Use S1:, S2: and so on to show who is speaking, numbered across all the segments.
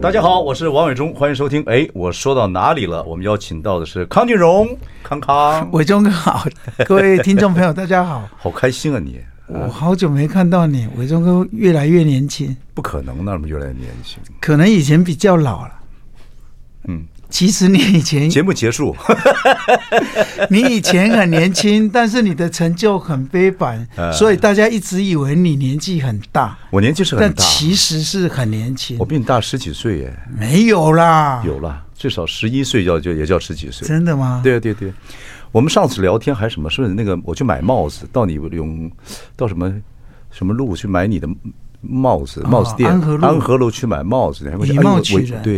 S1: 大家好，我是王伟忠，欢迎收听。哎，我说到哪里了？我们邀请到的是康俊荣，康康，
S2: 伟忠哥好， 各位听众朋友大家好，
S1: 好开心啊你！
S2: 我好久没看到你，伟忠哥越来越年轻，
S1: 不可能，那么越来越年轻。
S2: 可能以前比较老了。
S1: 嗯，
S2: 其实你以前
S1: 节目结束，
S2: 你以前很年轻，但是你的成就很非 凡，
S1: 呃
S2: 所以大家一直以为你年纪很大，
S1: 我年纪是很
S2: 但
S1: 大，
S2: 其实是很年轻
S1: 我。比你大十几岁耶，
S2: 没有啦，
S1: 有了，最少十一岁叫就也叫十几岁。
S2: 真的吗？，
S1: 对啊，对啊对啊，我们上次聊天还什么是那个，我去买帽子，到你永到什么什么路去买你的帽子，帽子店、
S2: 啊安和路
S1: 路去买帽子，然后我就
S2: 以
S1: 哎
S2: 貌
S1: 我
S2: 取
S1: 我
S2: 人
S1: 对，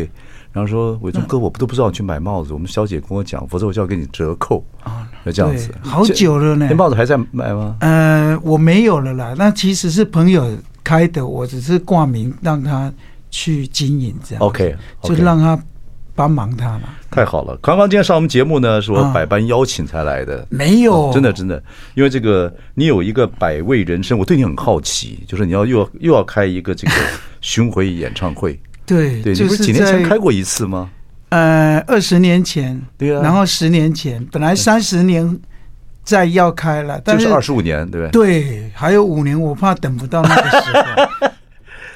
S1: 然后说伟忠哥，我都不知道你去买帽子，我们小姐跟我讲，否则我就要给你折扣，就这样子
S2: 啊对。好久了呢
S1: 这那帽子还在卖吗？
S2: 呃，我没有了啦，那其实是朋友开的，我只是挂名让他去经营这样
S1: OK，
S2: 就让他帮忙他嘛。
S1: 太好了。刚刚今天上我们节目呢，是我
S2: 啊
S1: 百般邀请才来的。
S2: 没有，
S1: 哦真的真的，因为这个你有一个百味人生，我对你很好奇，就是你要又要又要开一个这个 巡回演唱会，
S2: 对，
S1: 对，
S2: 就
S1: 你不
S2: 是
S1: 是几年前
S2: 在
S1: 开过一次吗？
S2: 呃二十年前，
S1: 对啊
S2: 然后十年前，本来三十年再要开了，但
S1: 就是
S2: 是
S1: 二十五年，对不对？
S2: 对，还有五年，我怕等不到那个 时候。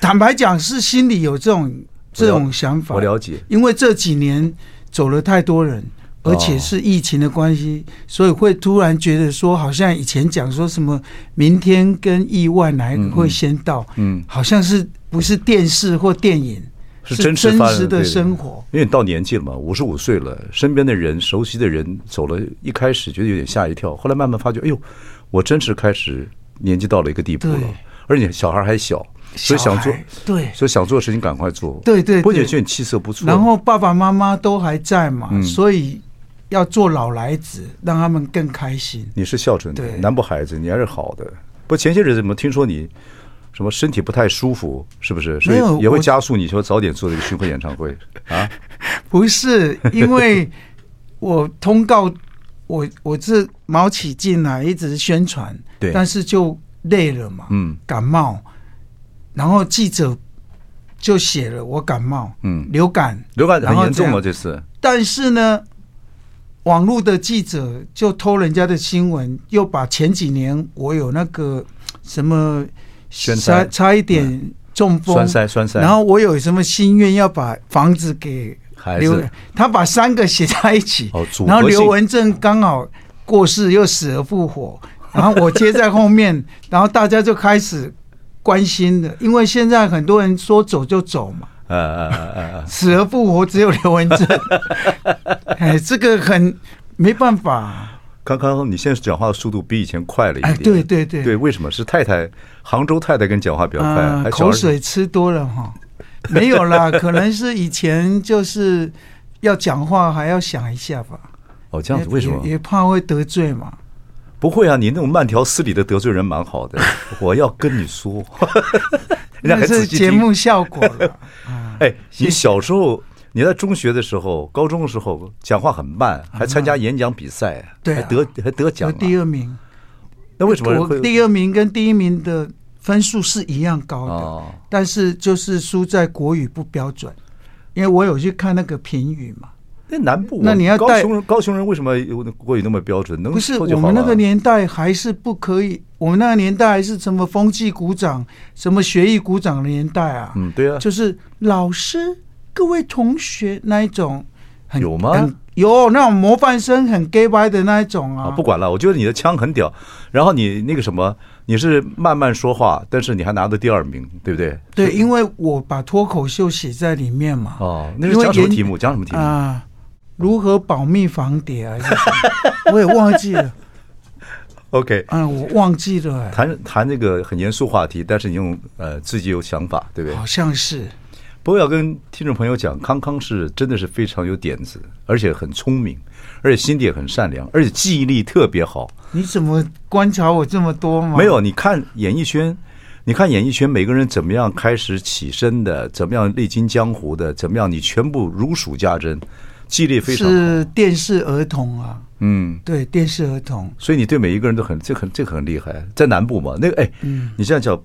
S2: 坦白讲，是心里有这种这种想法，
S1: 我了解
S2: 因为这几年走了太多人。而且是疫情的关系，所以会突然觉得说，好像以前讲说什么明天跟意外哪一个会先到，
S1: 嗯嗯
S2: 好像是不是电视或电影，
S1: 是
S2: 真
S1: 真实发生
S2: 的生活。，
S1: 对因为你到年纪了嘛，五十五岁了，身边的人、熟悉的人走了，一开始觉得有点吓一跳，后来慢慢发觉，哎呦，我真是开始年纪到了一个地步了
S2: 对，
S1: 而且小孩还小，所以
S2: 小
S1: 想
S2: 孩
S1: 做，
S2: 对
S1: 所以想做的事情赶快做，
S2: 对对
S1: 不
S2: 对
S1: 仅是你气色不错，
S2: 然后爸爸妈妈都还在嘛，
S1: 嗯
S2: 所以要做老来子，让他们更开心。
S1: 你是孝顺的
S2: 对
S1: 南部孩子，你还是好的。不，前些日子怎么听说你什么身体不太舒服，是不是？所
S2: 没有
S1: 以也会
S2: 我
S1: 加速你说早点做这个巡回演唱会啊？
S2: 不是因为我通告，我我这毛起劲啊，一直宣传，
S1: 对
S2: 但是就累了嘛，
S1: 嗯，
S2: 感冒，然后记者就写了我感冒，
S1: 嗯
S2: 流感，
S1: 流感
S2: 然
S1: 很
S2: 后
S1: 严重
S2: 这
S1: 吗？
S2: 样
S1: 这次
S2: 但是呢，网络的记者就偷人家的新闻，又把前几年我有那个什么
S1: 宣
S2: 差
S1: 传
S2: 差一点中风，
S1: 栓塞栓塞
S2: 然后我有什么心愿要把房子给
S1: 孩
S2: 刘
S1: 子，
S2: 他把三个写在一起，
S1: 哦组合
S2: 然后刘
S1: 性
S2: 文正刚好过世又死而复活，然后我接在后面， 然后大家就开始关心了，因为现在很多人说走就走嘛。
S1: 呃呃呃呃呃，
S2: 死而复活只有刘 文正，哎，这个很没办法、
S1: 康康，你现在讲话速度比以前快了一点。
S2: 哎，对对对，
S1: 对，为什么？是太太，杭州太太跟你讲话比较快，啊
S2: 呃
S1: 还小孩
S2: 口水吃多了哈，没 有啦，可能是以前就是要讲话还要想一下吧，
S1: 哦，这样子为什么？
S2: 也也怕会得罪嘛，
S1: 不会啊，你那种慢条斯理的得罪人蛮好的。我要跟你说，人家
S2: 那
S1: 还
S2: 是
S1: 仔细
S2: 节
S1: 听。
S2: 目效果 了。
S1: 哎，你小时候，你在中学的时候、高中的时候，讲话很慢，还参加演讲比赛，
S2: 对啊
S1: 还得还得奖
S2: 我
S1: 啊。
S2: 第二名，
S1: 那为什么
S2: 我
S1: 会？
S2: 第二名跟第一名的分数是一样高的，
S1: 哦
S2: 但是就是输在国语不标准，因为我有去看那个评语嘛。
S1: 那南部，
S2: 那你要
S1: 高
S2: 带
S1: 雄人，高雄人为什么有国语那么标准？能
S2: 不是
S1: 说
S2: 我
S1: 就嗯好
S2: 们那
S1: 了
S2: 个年代还是不可以，我们那个年代还是什么风纪鼓掌、什么学艺鼓掌的年代啊。
S1: 嗯对啊
S2: 就是老师、各位同学那一种很，
S1: 有吗
S2: 很有那种模范生很 gay bye 的那一种啊。
S1: 啊，不管了，我觉得你的腔很屌，然后你那个什么，你是慢慢说话，但是你还拿到第二名，对不对？
S2: 对，因为我把脱口秀写在里面嘛。
S1: 哦，那是
S2: 因为
S1: 讲什么
S2: 研
S1: 题目？讲什么题目？
S2: 啊，如何保密防谍啊？还是什么 我也忘记了，
S1: OK，
S2: 啊，我忘记了、哎
S1: 谈谈这个很严肃话题，但是你用呃自己有想法，对不对？
S2: 好像是。
S1: 不过要跟听众朋友讲，康康是真的是非常有点子，而且很聪明，而且心地也很善良，而且记忆力特别好。
S2: 你怎么观察我这么多吗？
S1: 没有，你看演艺圈，你看演艺圈每个人怎么样开始起身的，怎么样历经江湖的，怎么样，你全部如数家珍，记忆力非常好。
S2: 是电视儿童啊，
S1: 嗯，
S2: 对，电视儿童，
S1: 所以你对每一个人都很这个很这个很厉害，在南部嘛，那个哎，你这样叫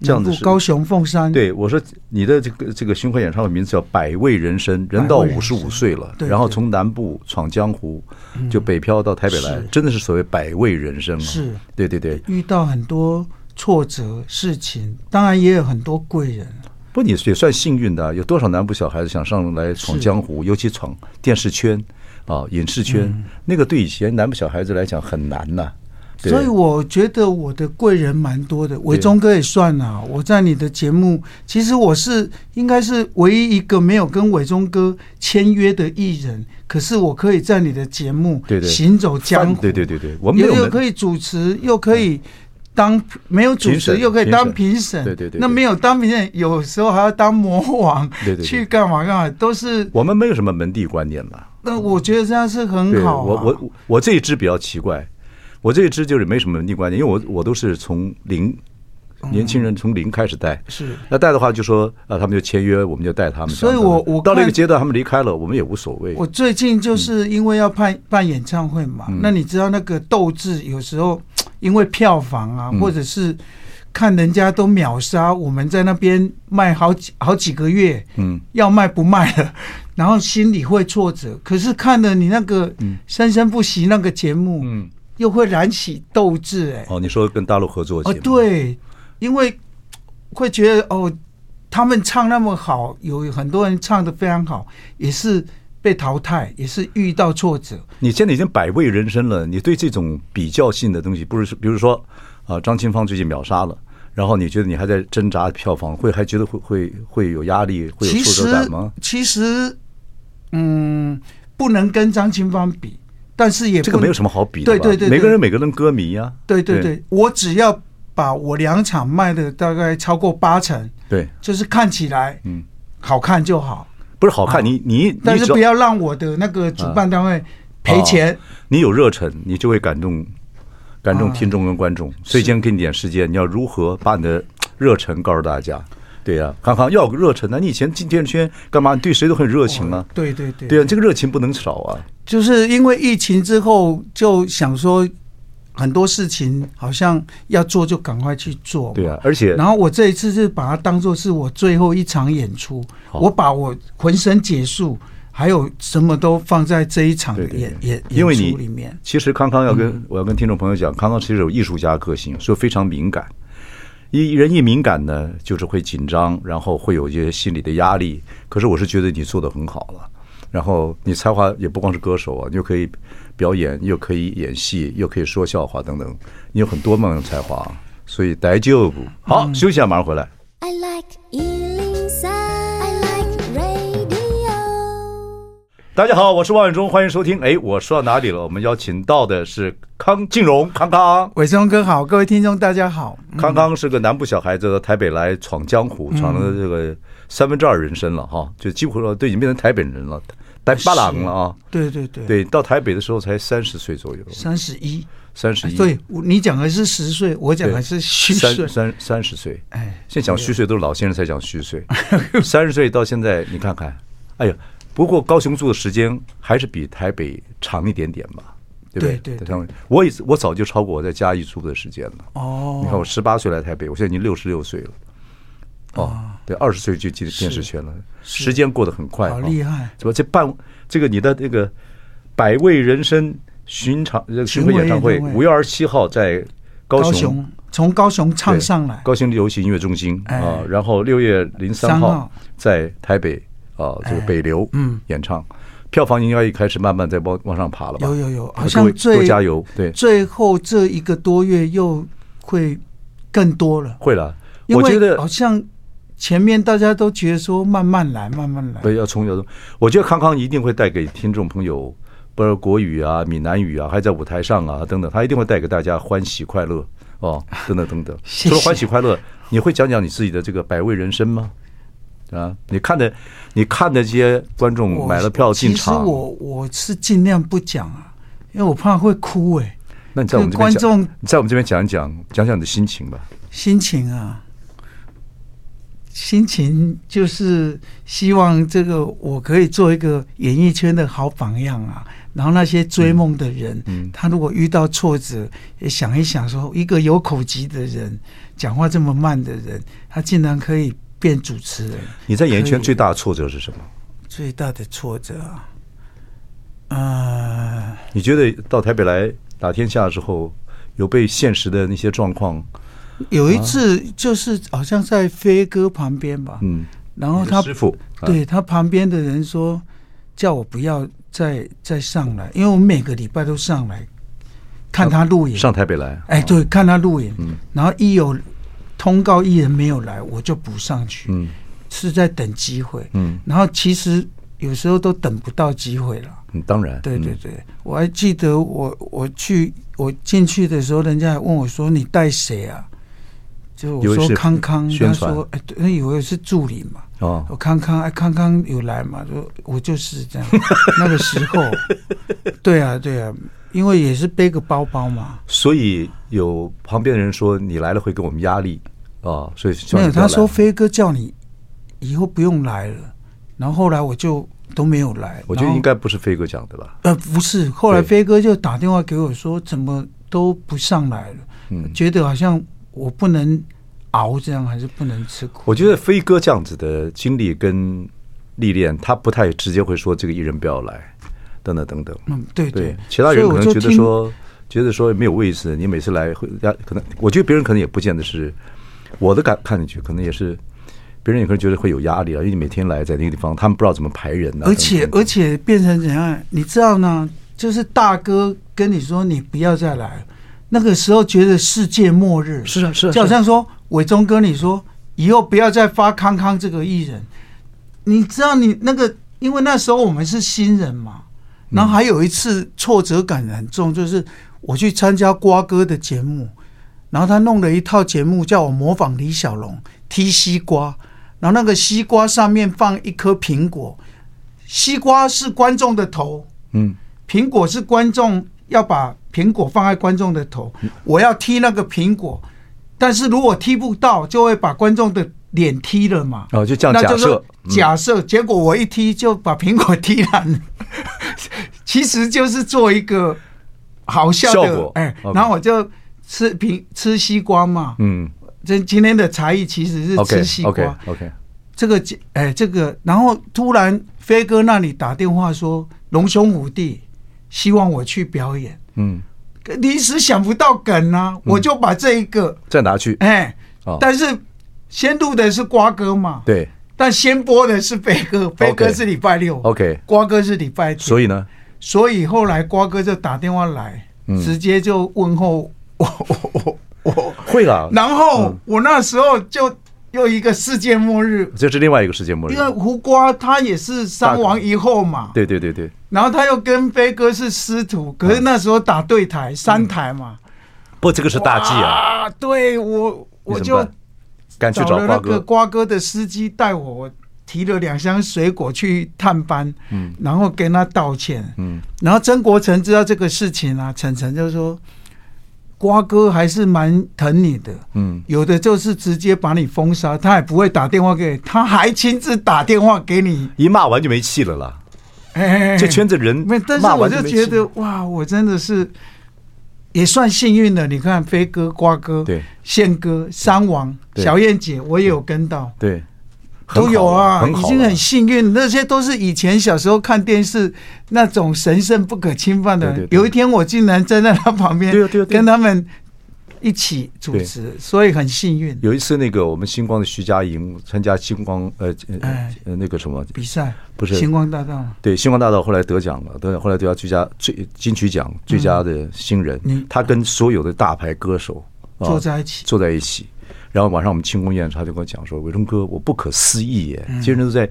S1: 这样子
S2: 嗯南
S1: 是
S2: 部高雄凤山，
S1: 对，我说你的这个这个巡回演唱会名字叫《百味人生》，人到
S2: 百味人
S1: 五十
S2: 生
S1: 五岁了，
S2: 对
S1: 然后
S2: 对嗯
S1: 从南部闯江湖，就北漂到台北来
S2: 是，
S1: 真的是所谓百味人生啊！
S2: 是
S1: 对对对。
S2: 遇到很多挫折事情，当然也有很多贵人，啊
S1: 不，你也算幸运的啊，有多少南部小孩子想上来闯
S2: 是
S1: 江湖，尤其闯电视圈啊、影视圈，
S2: 嗯
S1: 那个对以前南部小孩子来讲很难呐、对
S2: 所以我觉得我的贵人蛮多的，伟忠哥也算啊。我在你的节目，其实我是应该是唯一一个没有跟伟忠哥签约的艺人，可是我可以在你的节目
S1: 对对
S2: 行走江湖，
S1: 对对对对，我们没
S2: 又
S1: 有
S2: 又
S1: 门
S2: 可以主持，又可以当没有主
S1: 评
S2: 持，
S1: 审
S2: 又可以
S1: 评
S2: 当
S1: 审
S2: 评审，
S1: 对对对
S2: 那
S1: 对
S2: 没有当评审，有时候还要当魔王，
S1: 对对对
S2: 去干嘛干嘛，都是。
S1: 我们没有什么门第观念的。
S2: 那我觉得这样是
S1: 对，
S2: 很好、啊。
S1: 我我我我这一支比较奇怪，我这一支就是没什么逆观点，因为我我都是从零
S2: 嗯
S1: 年轻人从零开始带。
S2: 是
S1: 那带的话，就说啊，他们就签约，我们就带他们。
S2: 所以
S1: 这样子
S2: 我我
S1: 到了一个
S2: 看
S1: 阶段，他们离开了，我们也无所谓。
S2: 我最近就是
S1: 嗯
S2: 因为要办办演唱会嘛，那你知道那个斗志有时候因为票房
S1: 嗯
S2: 啊，或者是看人家都秒杀，我们在那边卖好几好几个月，
S1: 嗯，
S2: 要卖不卖了， 然后心里会挫折。可是看了你那个生生不息那个节目，
S1: 嗯，
S2: 又会燃起斗志、哎，
S1: 哦，你说跟大陆合作
S2: 哦，
S1: 节目，，
S2: 对，因为会觉得哦，他们唱那么好，有很多人唱的非常好，也是被淘汰，也是遇到挫折。
S1: 你现在已经百味人生了，你对这种比较性的东西，不是比如说啊，张清芳最近秒杀了。然后你觉得你还在挣扎票房，会还觉得会会会有压力，会有
S2: 其
S1: 挫
S2: 实
S1: 折感吗？
S2: 其实，嗯，不能跟张清芳比，但是也
S1: 这个
S2: 不
S1: 没有什么好比的
S2: 对
S1: 吧
S2: 对对
S1: 每个
S2: 对
S1: 人每个人歌迷呀、
S2: 对对对，我只要把我两场卖的大概超过八成，
S1: 对，
S2: 就是看起来
S1: 嗯
S2: 好看就好，
S1: 不是好看，你你你
S2: 啊但是
S1: 只要
S2: 不要让我的那个主办单位赔钱。
S1: 你有热忱，你就会感动感动
S2: 啊
S1: 听众跟观众。所以今天给你点时间，你要如何把你的热忱告诉大家？对呀、康康要有热忱啊！你以前进电视圈干嘛？你对谁都很热情啊
S2: 哦。对对对，
S1: 对啊，这个热情不能少啊。
S2: 就是因为疫情之后，就想说很多事情好像要做就赶快去做。
S1: 对啊，而且
S2: 然后我这一次是把它当做是我最后一场演出，
S1: 好
S2: 我把我浑身解数，还有什么都放在这一场
S1: 对对
S2: 演演
S1: 因为
S2: 演
S1: 你
S2: 出里面。
S1: 其实康康要跟、我要跟听众朋友讲，康康其实有艺术家个性，所以非常敏感。一人一敏感呢，就是会紧张，然后会有一些心理的压力。可是我是觉得你做的很好了，然后你才华也不光是歌手啊，你又可以表演，又可以演戏，又可以说笑话等等，你有很多么样的才华啊，所以待就不好，休息一下，马上回来。
S3: I like Ealing Sound. I like radio.
S1: 大家好，我是王永忠，欢迎收听。哎，我说到哪里了？我们邀请到的是康靖荣，康康。
S2: 伟忠哥好，各位听众大家好。
S1: 康康是个南部小孩子，到台北来闯江
S2: 嗯
S1: 湖，闯了这个三分之二人生了哈，就几乎说都已经变成台北人了，台巴郎了啊。
S2: 对对对，
S1: 对，到台北的时候才三十岁左右，
S2: 三十一，
S1: 三十一，
S2: 对我你讲的是十岁，我讲
S1: 对，
S2: 的是虚岁
S1: 三。三三十岁。
S2: 哎，
S1: 现在讲虚岁都是老先生才讲虚 岁，三十岁到现在你看看，哎呀，不过高雄住的时间还是比台北长一点点吧，对不对？
S2: 对对
S1: 对，我也我早就超过我在嘉义住的时间了。
S2: 哦
S1: 你，看我十八岁来台北，我现在已经六十六岁了。哦，对，二十岁就进电视圈了，
S2: 是
S1: 时间过得很快，
S2: 好厉害
S1: 哦怎么这半这个你的这个百味人生寻常呃巡回演唱会，
S2: 巡回演唱
S1: 五
S2: 会
S1: 月二十七号在高
S2: 高
S1: 雄
S2: 雄从高雄唱
S1: 对
S2: 上来，
S1: 高雄流行音乐中心
S2: 哎
S1: 啊，然后六月零三
S2: 三
S1: 号
S2: 号
S1: 在台北啊这个
S2: 哎
S1: 北流
S2: 嗯
S1: 演唱，票房应该一开始慢慢在往往上爬了吧？
S2: 有有有，好
S1: 各
S2: 像
S1: 位
S2: 最
S1: 多加油，对，
S2: 最后这一个多月又会更多了，
S1: 会了。
S2: 因
S1: 我觉
S2: 为哦
S1: 得
S2: 好像前面大家都觉得说慢慢来，慢慢来
S1: 不。要冲要冲！我觉得康康一定会带给听众朋友，不是国语啊、闽南语啊，还在舞台上啊等等，他一定会带给大家欢喜快乐哦，等等等等。
S2: 谢谢
S1: 除了欢喜快乐，你会讲讲你自己的这个百味人生吗？啊，你看的，你看那些观众
S2: 我
S1: 买了票进
S2: 其
S1: 场
S2: 实，我我是尽量不讲啊，因为我怕会哭哎、
S1: 那你在我们这边
S2: 观
S1: 讲
S2: 众，
S1: 你在我们这边讲一讲，讲讲你的心情吧。
S2: 心情啊，心情就是希望这个我可以做一个演艺圈的好榜样啊。然后那些追梦的人，
S1: 嗯嗯
S2: 他如果遇到挫折，也想一想说，一个有口疾的人，讲话这么慢的人，他竟然可以变主持人，
S1: 你在演艺
S2: 可
S1: 圈
S2: 以
S1: 最大的挫折是什么？
S2: 最大的挫折啊，呃，
S1: 你觉得到台北来打天下之后，有被现实的那些状况，
S2: 有一次就是好像在飞哥旁边吧，
S1: 嗯，
S2: 然后
S1: 你的
S2: 他
S1: 师傅啊
S2: 对他旁边的人说，叫我不要再再上来，因为我每个礼拜都上来看他录影。
S1: 上台北来，
S2: 哎，对，看他录影
S1: 嗯，
S2: 然后一有通告艺人没有来，我就补上去，
S1: 嗯
S2: 是在等机会。
S1: 嗯
S2: 然后其实有时候都等不到机会了。
S1: 嗯，当然，
S2: 对对
S1: 嗯，
S2: 对，我还记得我我去我进去的时候，人家还问我说：“你带谁啊？”就
S1: 以
S2: 我
S1: 为
S2: 说
S1: 是
S2: 康康，
S1: 宣
S2: 他
S1: 传
S2: 说：“哎，对，那以为是助理嘛。”
S1: 哦，
S2: 我康康，哎，康康有来嘛？说我就 是这样，那个时候，对啊，对啊，因为也是背个包包嘛。
S1: 所以有旁边的人说你来了会给我们压力啊，所以希望
S2: 没有，
S1: 你不要
S2: 他说
S1: 来
S2: 飞哥叫你以后不用来了，然后后来我就都没有来。
S1: 我觉得
S2: 然后
S1: 应该不是飞哥讲的吧？
S2: 呃不是，后来
S1: 对
S2: 飞哥就打电话给我说，怎么都不上来了，
S1: 嗯
S2: 觉得好像我不能熬这样，还是不能吃苦。
S1: 我觉得飞哥这样子的经历跟历练，他不太直接会说这个艺人不要来，等等等等。
S2: 嗯，对
S1: 对
S2: 对，，
S1: 其他人
S2: 所
S1: 可
S2: 以我
S1: 能
S2: 就
S1: 觉得
S2: 听
S1: 说，觉得说没有位置，你每次来会，家可能我觉得别人可能也不见得是我的感看进去，可能也是别人也可能觉得会有压力啊，因为你每天来在那个地方，他们不知道怎么排人呢、
S2: 而且
S1: 啊等等
S2: 而且变成怎样？你知道呢？就是大哥跟你说你不要再来，那个时候觉得世界末日，
S1: 是啊是啊，
S2: 嗯就好
S1: 是啊
S2: 像说伟忠跟你说以后不要再发康康这个艺人，你知道你那个，因为那时候我们是新人嘛，
S1: 嗯
S2: 然后还有一次挫折感很重，就是我去参加瓜哥的节目，然后他弄了一套节目叫我模仿李小龙踢西瓜，然后那个西瓜上面放一颗苹果，西瓜是观众的头，
S1: 嗯，
S2: 苹果是观众要把苹果放在观众的头，我要踢那个苹果，但是如果踢不到，就会把观众的脸踢了嘛。
S1: 哦就这样
S2: 那
S1: 假
S2: 就
S1: 设
S2: 是假设，结果我一踢就把苹果踢烂了， 其实就是做一个好笑
S1: 效
S2: 的
S1: 果，
S2: 哎，
S1: OK
S2: 然后我就吃苹吃西瓜嘛，
S1: 嗯
S2: 这今天的才艺其实是
S1: ，OK
S2: 吃西瓜。
S1: OK OK，
S2: 这个节哎，这个，然后突然飞哥那里打电话说龙兄虎弟希望我去表演，
S1: 嗯，
S2: 临时想不到梗啊，我就把这一个
S1: 再拿去，
S2: 哎
S1: 嗯哦，
S2: 但是先录的是瓜哥嘛，，
S1: 对
S2: 但先播的是飞哥，飞哥是礼拜六
S1: OK，
S2: 瓜哥是礼拜天，
S1: 所以呢，
S2: 所以后来瓜哥就打电话来，
S1: 嗯
S2: 直接就问候我我我我，
S1: 会啦，
S2: 然
S1: 嗯
S2: 后我 那时候就又一个世界末日，
S1: 这是另外一个世界末日
S2: 因，为胡瓜他也是三王一后嘛，，
S1: 对对对对，
S2: 然后他又跟飞哥是师徒，可是那时候打对台、三台嘛，
S1: 不，这个是大忌啊，
S2: 啊，对我我
S1: 你怎么
S2: 就
S1: 办？赶去
S2: 找
S1: 找
S2: 了
S1: 瓜
S2: 那个
S1: 哥，
S2: 瓜哥的司机带我，我提了两箱水果去探班，嗯，然后跟他道歉，
S1: 嗯，
S2: 然后曾国成知道这个事情啊，晨晨就说。瓜哥还是蛮疼你的，
S1: 嗯
S2: 有的就是直接把你封杀，他也不会打电话给你，他还亲自打电话给你，
S1: 一骂完就没气了啦，
S2: 哎，
S1: 这圈子人
S2: 没，但是
S1: 骂
S2: 我
S1: 完就
S2: 就
S1: 没
S2: 觉
S1: 气
S2: 得哇，我真的是也算幸运了。你看飞哥、瓜哥、
S1: 对
S2: 宪哥、三王、
S1: 对
S2: 小燕姐，我也有跟到，
S1: 对。很
S2: 都有
S1: 好
S2: 啊，
S1: 很
S2: 已
S1: 好
S2: 经
S1: 了
S2: 很幸运。那些都是以前小时候看电视那种神圣不可侵犯
S1: 对
S2: 的
S1: 对。对
S2: 有一天我竟然站在他旁边
S1: 对啊对啊，对啊
S2: 跟他们一起主持，所以很幸运。
S1: 有一次，那个我们星光的徐佳莹参加星光呃呃
S2: 哎
S1: 呃那个什么，
S2: 比赛
S1: 不是哦
S2: 星光大道，
S1: 对星光大道后来得奖了，得后来得到最佳最金曲奖最佳的新人
S2: 嗯，
S1: 他跟所有的大牌歌手啊
S2: 坐在一起
S1: 坐在一起。然后晚上我们庆功宴的时候，他就跟我讲说：“伟忠哥，我不可思议耶！
S2: 嗯
S1: 这些人都在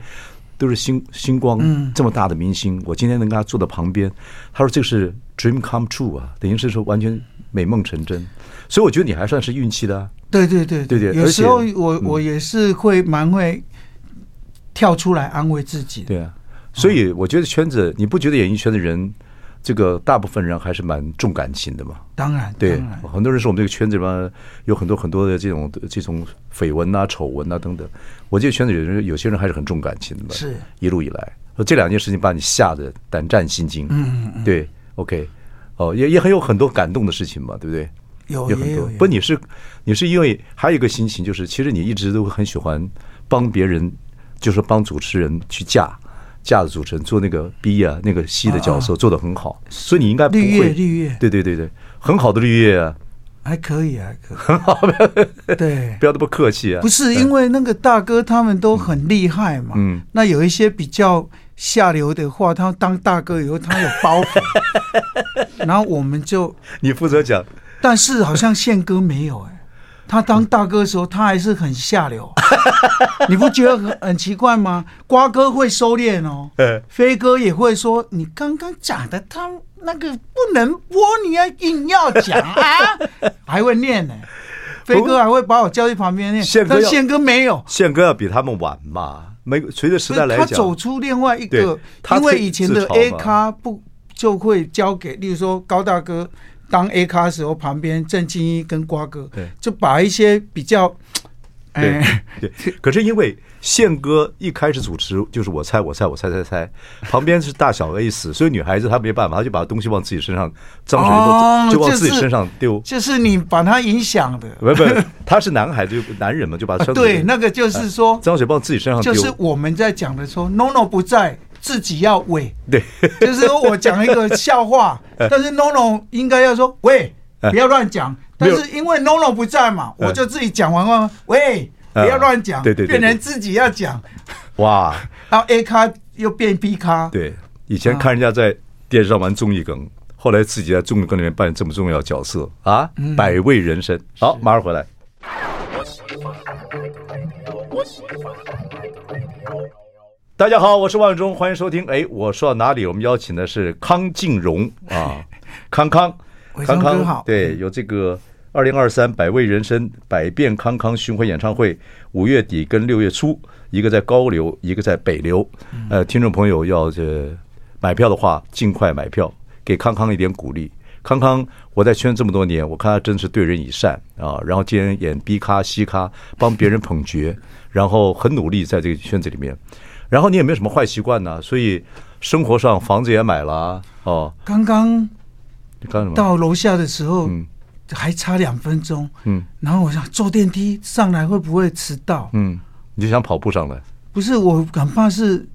S1: 都是星星光这么大的明星，我今天能跟他坐到旁边，他说这是 dream come true 啊，等于是说完全美梦成真。所以我觉得你还算是运气的啊、
S2: 对对对
S1: 对对
S2: 有时候
S1: 而且
S2: 我
S1: 嗯
S2: 我也是会蛮会跳出来安慰自己。
S1: 对啊，所
S2: 嗯
S1: 以我觉得圈子，你不觉得演艺圈的人，这个大部分人还是蛮重感情的嘛？
S2: 当然，
S1: 对
S2: 当然，
S1: 很多人说我们这个圈子里面有很多很多的这种这种绯闻呐、丑闻呐、啊等等。我这个圈子有人有些人还是很重感情的嘛，
S2: 是
S1: 一路以来，这两件事情把你吓得胆战心惊。嗯嗯，对，OK，哦，也也很有很多感动的事情嘛，对不对？
S2: 有
S1: 有
S2: 也
S1: 很
S2: 有
S1: 多
S2: 也。
S1: 不，你是你是因为还有一个心情，就是其实你一直都很喜欢帮别人，就是帮主持人去架架着主持人做那个 B 啊那个 C 的角色，做得很好，所以你应该不
S2: 绿
S1: 会
S2: 叶绿叶
S1: 对对对对，很好的绿叶啊，
S2: 还可以，还可以，很好。 对
S1: 不，要那么客气啊，
S2: 不是因为那个大哥他们都很厉害嘛，
S1: 嗯
S2: 那有一些比较下流的话，他当大哥以后他有包袱，然后我们就，
S1: 你负责讲，
S2: 但是好像宪哥没有哎、他当大哥的时候，他还是很 下流，你不觉得很很奇怪吗？瓜哥会收敛哦，
S1: 呃，
S2: 飞哥也会说：“你刚刚讲的，他那个不能播，你要硬要讲啊，还会念呢、飞哥还会把我叫去旁边念
S1: 宪，哥
S2: 但
S1: 要
S2: 宪哥没有。
S1: 宪哥要比他们晚嘛，没随着时代来
S2: 他走
S1: 讲，
S2: 出另外一个
S1: 对，他
S2: 因为
S1: 自
S2: 以前的
S1: 自嘲
S2: A
S1: 嘛
S2: 咖不就会交给，例如说高大哥当 A 咖的时候，旁边郑敬一跟瓜哥
S1: 对
S2: 就把一些比较，
S1: 对
S2: 哎，
S1: 对，可是因为宪哥一开始主持就是我猜我猜我猜猜猜，旁边是大小 A 死，所以女孩子她没办法，她就把东西往自己身上，脏水
S2: 哦
S1: 都就往自
S2: 就
S1: 己
S2: 是
S1: 身上丢，
S2: 就是你把他影响的，
S1: 不不，他是男孩子就男人嘛， 就把脏水
S2: 对，那个就是说。
S1: 脏水往自己身上丢，
S2: 就是我们在讲的说，NONO 不在，自己要喂。
S1: 对，
S2: 就是说我讲一个 笑话，但是 NONO 应该要说喂，不要乱讲。
S1: 嗯没
S2: 但
S1: 有
S2: 是因为 NONO 不在嘛，
S1: 嗯
S2: 我就自己讲完了，喂，不
S1: 嗯
S2: 要乱讲，
S1: 对对对对
S2: 变成自己要讲，
S1: 哇，
S2: 然后 A 咖又变 B 咖，
S1: 对，以前看人家在电视上玩综艺梗，后来自己在综艺梗里面扮演这么重要的角色啊，百味人生。好，马上回来。大家好，我是万忠，欢迎收听。哎，我说到哪里？我们邀请的是康靖荣啊，康康，
S2: 伟
S1: 康
S2: 忠
S1: 康
S2: 哥好
S1: 对，有这个二零二三百味人生百变康康巡回演唱会，五月底跟六月初，一个在高流，一个在北流。呃，听众朋友要这买票的话，尽快买票，给康康一点鼓励。康康，我在圈这么多年，我看他真是对人以善啊，然后今天演 B 咖、C 咖，帮别人捧角，然后很努力在这个圈子里面，然后你也没有什么坏习惯呢、所以生活上房子也买了啊哦，
S2: 刚刚
S1: 你干什么？
S2: 到楼下的时候，还差两分钟，
S1: 嗯
S2: 然后我想坐电梯上来会不会迟到？
S1: 嗯，你就想跑步上来，
S2: 不是，我很怕是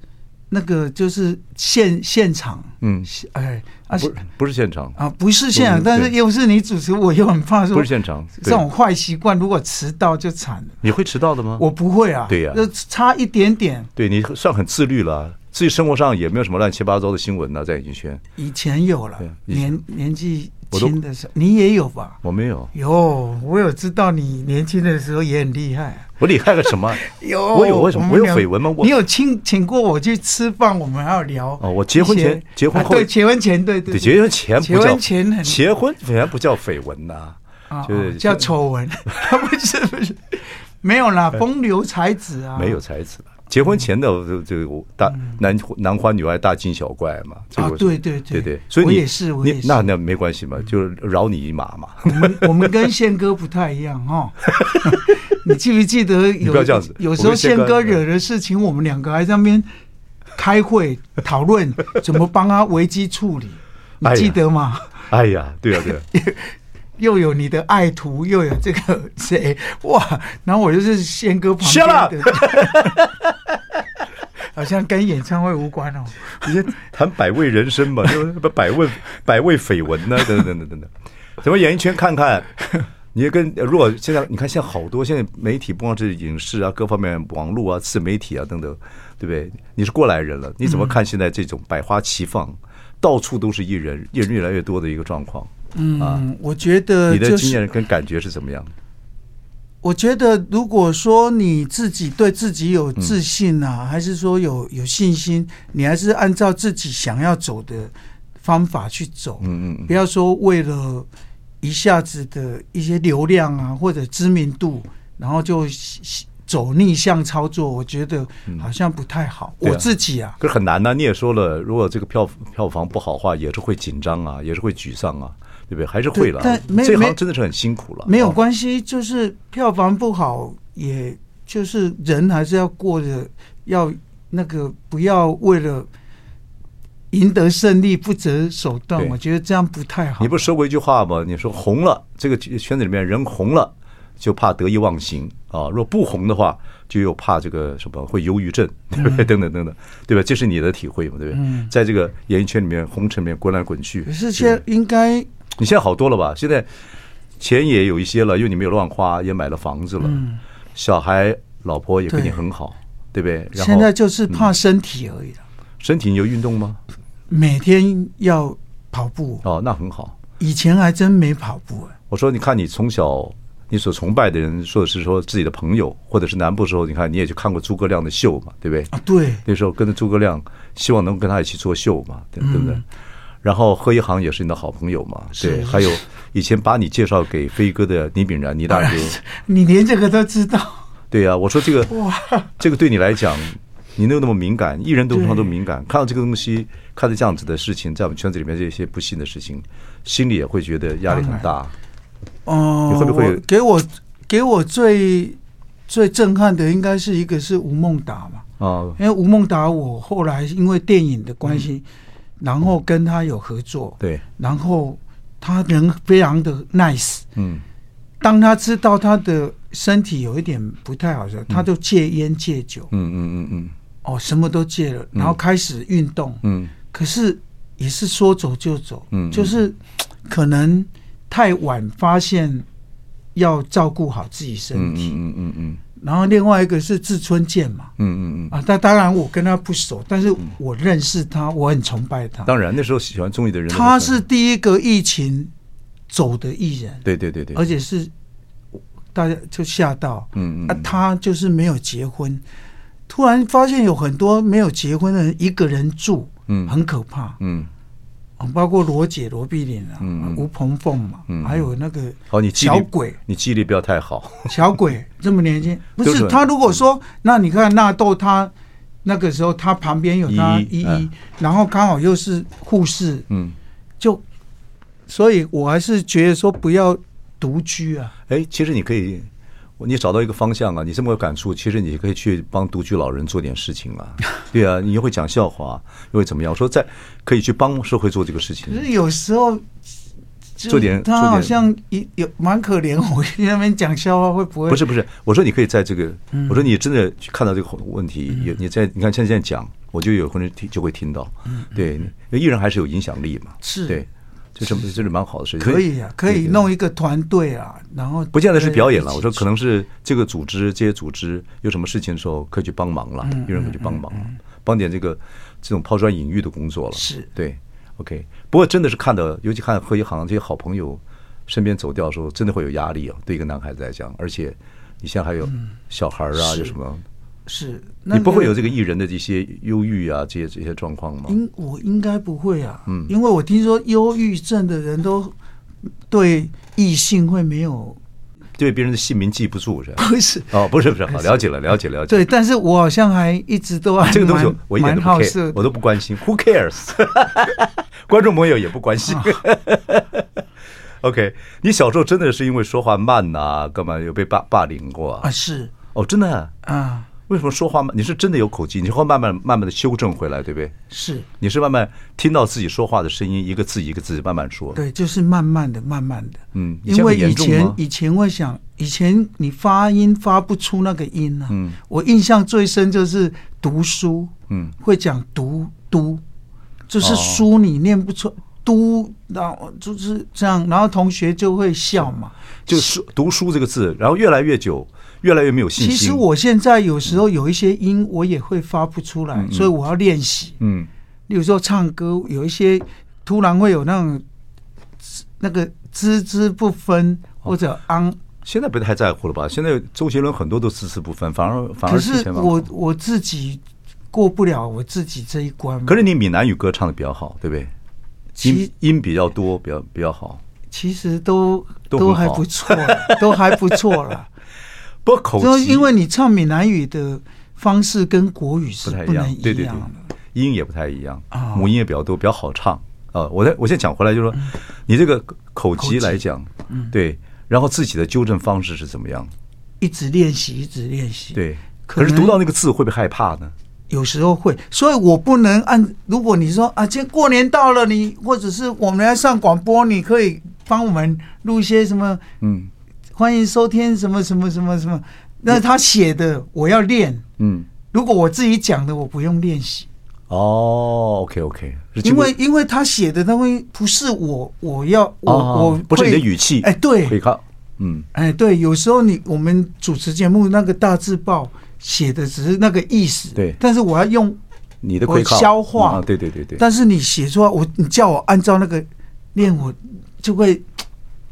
S2: 那个就是现现场，
S1: 嗯
S2: 现，哎，啊
S1: 不不是现场，
S2: 啊，不是现场，
S1: 不是
S2: 但是
S1: 对
S2: 又是你主持，我又很怕说
S1: 不是现场，
S2: 这
S1: 对
S2: 种坏习惯，如果迟到就惨了。
S1: 你会迟到的吗？
S2: 我不会啊，
S1: 哦对呀
S2: 就差一点点。
S1: 对你算很自律了啊，自己生活上也没有什么乱七八糟的新闻呢、在演艺圈，
S2: 以前有了
S1: 对，以前
S2: 年年纪
S1: 我都
S2: 轻的时候，你也有吧？
S1: 我没有，
S2: 有，我有知道你年轻的时候也很厉害啊。
S1: 我厉害个什 么？
S2: 有，
S1: 我有为什么
S2: 们
S1: 我有
S2: 聊
S1: 绯闻吗我
S2: 你有请请过我去吃饭，我们还要聊。啊
S1: 哦我结婚前结婚后
S2: 对，结婚前，对对
S1: 对，结婚前不
S2: 结
S1: 叫
S2: 婚前很
S1: 结婚前不叫绯闻呐、
S2: 啊，啊
S1: 就是
S2: 叫丑闻， 不是不是，没有啦，风流才子啊，
S1: 呃
S2: 嗯
S1: 没有才子了。结婚前的这这个大男男欢女爱大惊小怪嘛，这个
S2: 啊
S1: 我
S2: 对对
S1: 对
S2: 对
S1: 对，所以
S2: 我
S1: 你
S2: 也是我也
S1: 你
S2: 是嗯
S1: 那那没关系嘛，就是饶你一马嘛。
S2: 我们 我们跟宪哥不太一样哦。 你记不记得
S1: 你
S2: 有
S1: 不要这样子
S2: 有时候宪
S1: 我
S2: 哥
S1: 跟宪哥
S2: 惹的事情，我们两个还在那边开会讨论 怎么帮他危机处理，你
S1: 哎呀
S2: 记得吗？
S1: 哎呀，对呀、对呀、
S2: 又有你的爱徒，又有这个谁哇？然后我就是宪哥旁
S1: Shut
S2: 边的， 好像跟演唱会无关哦。
S1: 你先谈百味人生 嘛，就是不百味百味绯闻呢、等等等等等等。怎么演艺圈看看？你跟如果现在你看现在好多现在媒体，不光是影视啊，各方面网络啊、自媒体啊等等，对不对？你是过来人了，你怎么看现在这种百花齐放，到处都是艺人，艺人越来越多的一个状况？
S2: 嗯，我觉得
S1: 啊你的
S2: 就
S1: 经
S2: 是，
S1: 验跟感觉是怎么样？
S2: 我觉得如果说你自己对自己有自信啊，
S1: 嗯
S2: 还是说有有信心，你还是按照自己想要走的方法去走，
S1: 嗯嗯嗯
S2: 不要说为了一下子的一些流量啊或者知名度，然后就喜喜走逆向操作，我觉得好像不太好。
S1: 嗯对啊
S2: 我自己啊，
S1: 可是很难呐、你也说了，如果这个票票房不好的话，也是会紧张啊，也是会沮丧啊，对不对？还是会了。
S2: 对但没
S1: 这
S2: 没
S1: 行真的是很辛苦了。
S2: 没有
S1: 啊
S2: 关系，就是票房不好，也就是人还是要过着，要那个不要为了赢得胜利不择手段。
S1: 对
S2: 我觉得这样不太好。
S1: 你不是说过一句话吗？你说红了，这个圈子里面人红了，就怕得意忘形啊；若不红的话，就又怕这个什么会忧郁症，
S2: 嗯
S1: 对不对？等等等等，对吧？这是你的体会嘛，对不对？在这个演艺圈里面，红尘里面滚来滚去。
S2: 可是
S1: 对
S2: 现在应该
S1: 你现在好多了吧？现在钱也有一些了，因为你没有乱花，也买了房子了，小孩、老婆也跟你
S2: 嗯对
S1: 很好，对不对？然后嗯
S2: 现在就是怕身体而已了，
S1: 身体你有运动吗？
S2: 每天要跑步，
S1: 哦，那很好。
S2: 以前还真没跑步、哎
S1: 我说，你看你从小你所崇拜的人，或者是说自己的朋友，或者是南部时候，你看你也去看过诸葛亮的秀嘛，对不对？
S2: 啊，对，
S1: 那时候跟着诸葛亮，希望能跟他一起做秀嘛，对对不对？然后贺一航也是你的好朋友嘛，对，
S2: 嗯是
S1: 还有以前把你介绍给飞哥的倪炳然、倪 大哥，
S2: 你连这个都知道，
S1: 对呀、我说这个
S2: 哇，
S1: 这个对你来讲，你又那么敏感，艺人都通常都
S2: 对
S1: 敏感，看到这个东西，看到这样子的事情，在我们圈子里面这些不幸的事情，心里也会觉得压力很大。
S2: 哦、
S1: 你会不会
S2: 我给我给我最最震撼的，应该是一个是吴孟达嘛，
S1: 啊，
S2: 因为吴孟达我后来因为电影的关系，然后跟他有合作，
S1: 嗯对，
S2: 然后他人非常的 nice，
S1: 嗯，
S2: 当他知道他的身体有一点不太好的时候，他就戒烟戒酒，
S1: 嗯嗯嗯嗯
S2: 哦，什么都戒了，然后开始运动，
S1: 嗯，
S2: 可是也是说走就走，
S1: 嗯嗯
S2: 就是嘖可能太晚发现要照顾好自己身体。
S1: 嗯嗯嗯
S2: 然后另外一个是志村健嘛，
S1: 嗯嗯嗯嗯。
S2: 啊，但当然我跟他不熟，但是我认识他，我很崇拜他。
S1: 当然，那时候喜欢综艺的人，
S2: 他是第一个疫情走的艺人，
S1: 对对对对，
S2: 而且是大家就吓到，
S1: 嗯嗯
S2: 啊，他就是没有结婚，突然发现有很多没有结婚的人一个人住，
S1: 嗯
S2: 很可怕，
S1: 嗯，
S2: 啊包括罗姐、罗碧玲啊，
S1: 嗯嗯
S2: 吴鹏凤嘛，
S1: 嗯嗯
S2: 还有那个
S1: 好，你记忆
S2: 小
S1: 力
S2: 鬼，
S1: 你记忆力不要太好，
S2: 小鬼这么年轻，不
S1: 就是
S2: 是他如果说，那你看纳豆他那个时候他旁边有他
S1: 依依
S2: 依
S1: 嗯
S2: 依，然后刚好又是护士，
S1: 嗯，
S2: 就所以我还是觉得说不要独居啊，
S1: 哎，其实你可以，你找到一个方向啊，你这么有感触，其实你可以去帮独居老人做点事情啊，对啊，你又会讲笑话，又会怎么样？说在可以去帮社会做这个事情
S2: 可，是有时候。就
S1: 做点
S2: 他
S1: 做点
S2: 好像也有蛮可怜，我在那边讲笑话会不会？嗯
S1: 不是不是，我说你可以在这个，我说你真的去看到这个问题，也你在你看现在这样讲，我就有可能听就会听到，对，因为艺人还是有影响力嘛，
S2: 嗯是
S1: 对，这是这是蛮好的事情，
S2: 可以啊，可以
S1: 对
S2: 弄一个团队啊，然后
S1: 不见得是表演了，
S2: 一起
S1: 我说
S2: 去
S1: 可能是这个组织、这些组织有什么事情的时候可以去帮忙了，
S2: 嗯
S1: 有人可以去帮忙了，帮点这个这种抛砖引玉的工作了。
S2: 是
S1: 对，OK。不过真的是看到，尤其看贺一航这些好朋友身边走掉的时候，真的会有压力啊，对一个男孩子来讲，而且你现在还有小孩儿啊，
S2: 嗯是
S1: 有什么？
S2: 是，
S1: 你不会有这
S2: 这。
S1: 个艺人的一些忧郁啊，这些这些状况吗？
S2: 应我应该不会啊，
S1: 嗯
S2: 因为我听说忧郁症的人都对异性会没有，
S1: 对别人的姓名记不住是吧？
S2: 不 是
S1: 哦，不是不是，好，了解了，了解了解。
S2: 对，但是我好像还一直都 还
S1: 这个东西
S2: 蛮
S1: 我一点都
S2: 蛮
S1: 不
S2: 好
S1: care，
S2: 色
S1: 我
S2: 的，
S1: 都不关心。Who cares？观众朋友也不关
S2: 啊
S1: 心。OK，你小时候真的是因为说话慢呐、干嘛有被霸霸凌过啊
S2: 啊？是
S1: 哦，真的、啊？
S2: 啊
S1: 为什么说话慢？你是真的有口疾，你会慢慢慢慢的修正回来，对不对？
S2: 是，
S1: 你是慢慢听到自己说话的声音，一个字一个字慢慢说。
S2: 对，就是慢慢的慢慢的，
S1: 嗯以前
S2: 因为
S1: 很严
S2: 以
S1: 重
S2: 前
S1: 吗
S2: 以前会想，以前你发音发不出那个音啊，
S1: 嗯
S2: 我印象最深就是读书，
S1: 嗯，
S2: 会讲读读，就是
S1: 哦
S2: 书你念不出。读，然后就是这样，然后同学就会笑嘛。
S1: 就是书读书这个字，然后越来越久，越来越没有信
S2: 其
S1: 心。
S2: 实我现在有时候有一些音我也会发不出来，所以我要练习。
S1: 嗯
S2: 例如说唱歌，有一些突然会有那种那个孜孜不分
S1: 哦
S2: 或者昂，
S1: 现在不太在乎了吧？现在周杰伦很多都孜孜不分，反而反而
S2: 可
S1: 之
S2: 是
S1: 前吧
S2: 我我自己过不了我自己这一关嘛。
S1: 可是你闽南语歌唱的比较好，对不对？音
S2: 嗯其
S1: 音比较多，比较比较好。
S2: 其实都
S1: 都很
S2: 还
S1: 好
S2: 不错，都还不错了。
S1: 不过口
S2: 就是
S1: 技
S2: 因为你唱闽南语的方式跟国语是
S1: 不太
S2: 不
S1: 一
S2: 能
S1: 样，对对对
S2: 的。，
S1: 音也不太一样
S2: 啊，
S1: 母音也比较多，比较好唱啊。我在我先讲回来，就是说你这个口
S2: 嗯口嗯技
S1: 疾来讲，对，然后自己的纠正方式是怎么样？
S2: 一直练习，一直练习。
S1: 对，
S2: 可
S1: 可是
S2: 能
S1: 读到那个字会不会害怕呢？
S2: 有时候会，所以我不能按。如果你说啊，今天过年到了你，或者是我们要上广播，你可以帮我们录一些什么，
S1: 嗯
S2: 欢迎收听什么什么什么什么。那他写的我要练，
S1: 嗯，
S2: 如果我自己讲的我不用练习，
S1: 哦，OK OK，
S2: 因为因为他写的他会不是我我要我、
S1: 哦
S2: 我
S1: 不是你的
S2: 会
S1: 语气，
S2: 哎对
S1: 会靠，嗯
S2: 哎对，有时候你我们主持节目那个大字报写的只是那个意思，
S1: 对
S2: 但是我要用
S1: 你的
S2: 我
S1: 会靠
S2: 消化
S1: 啊，对对对对，
S2: 但是你写出来，我你叫我按照那个练，我就会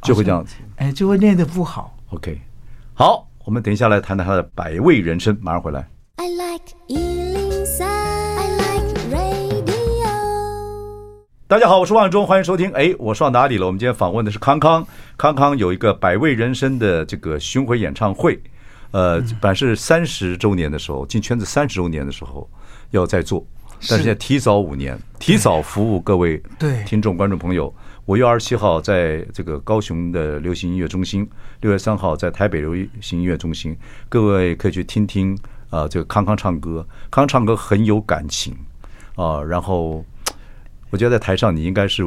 S1: 就会这样子。
S2: 哎，就会练得不好。
S1: OK，好，我们等一下来谈谈他的百味人生，马上回来。
S3: I like Ealing Sound. I like radio.
S1: 大家好，我是万忠，欢迎收听。哎，我说到哪里了？我们今天访问的是康康，康康有一个百味人生的这个巡回演唱会，呃，本来是三十周年的时候，进圈子三十周年的时候要再做，但是现在提早五年，提早服务各位
S2: 对
S1: 听众观众朋友。五月二十七号在这个高雄的流行音乐中心，六月三号在台北流行音乐中心，各位可以去听听啊、呃这个康康唱歌，康康唱歌很有感情啊、然后我觉得在台上你应该是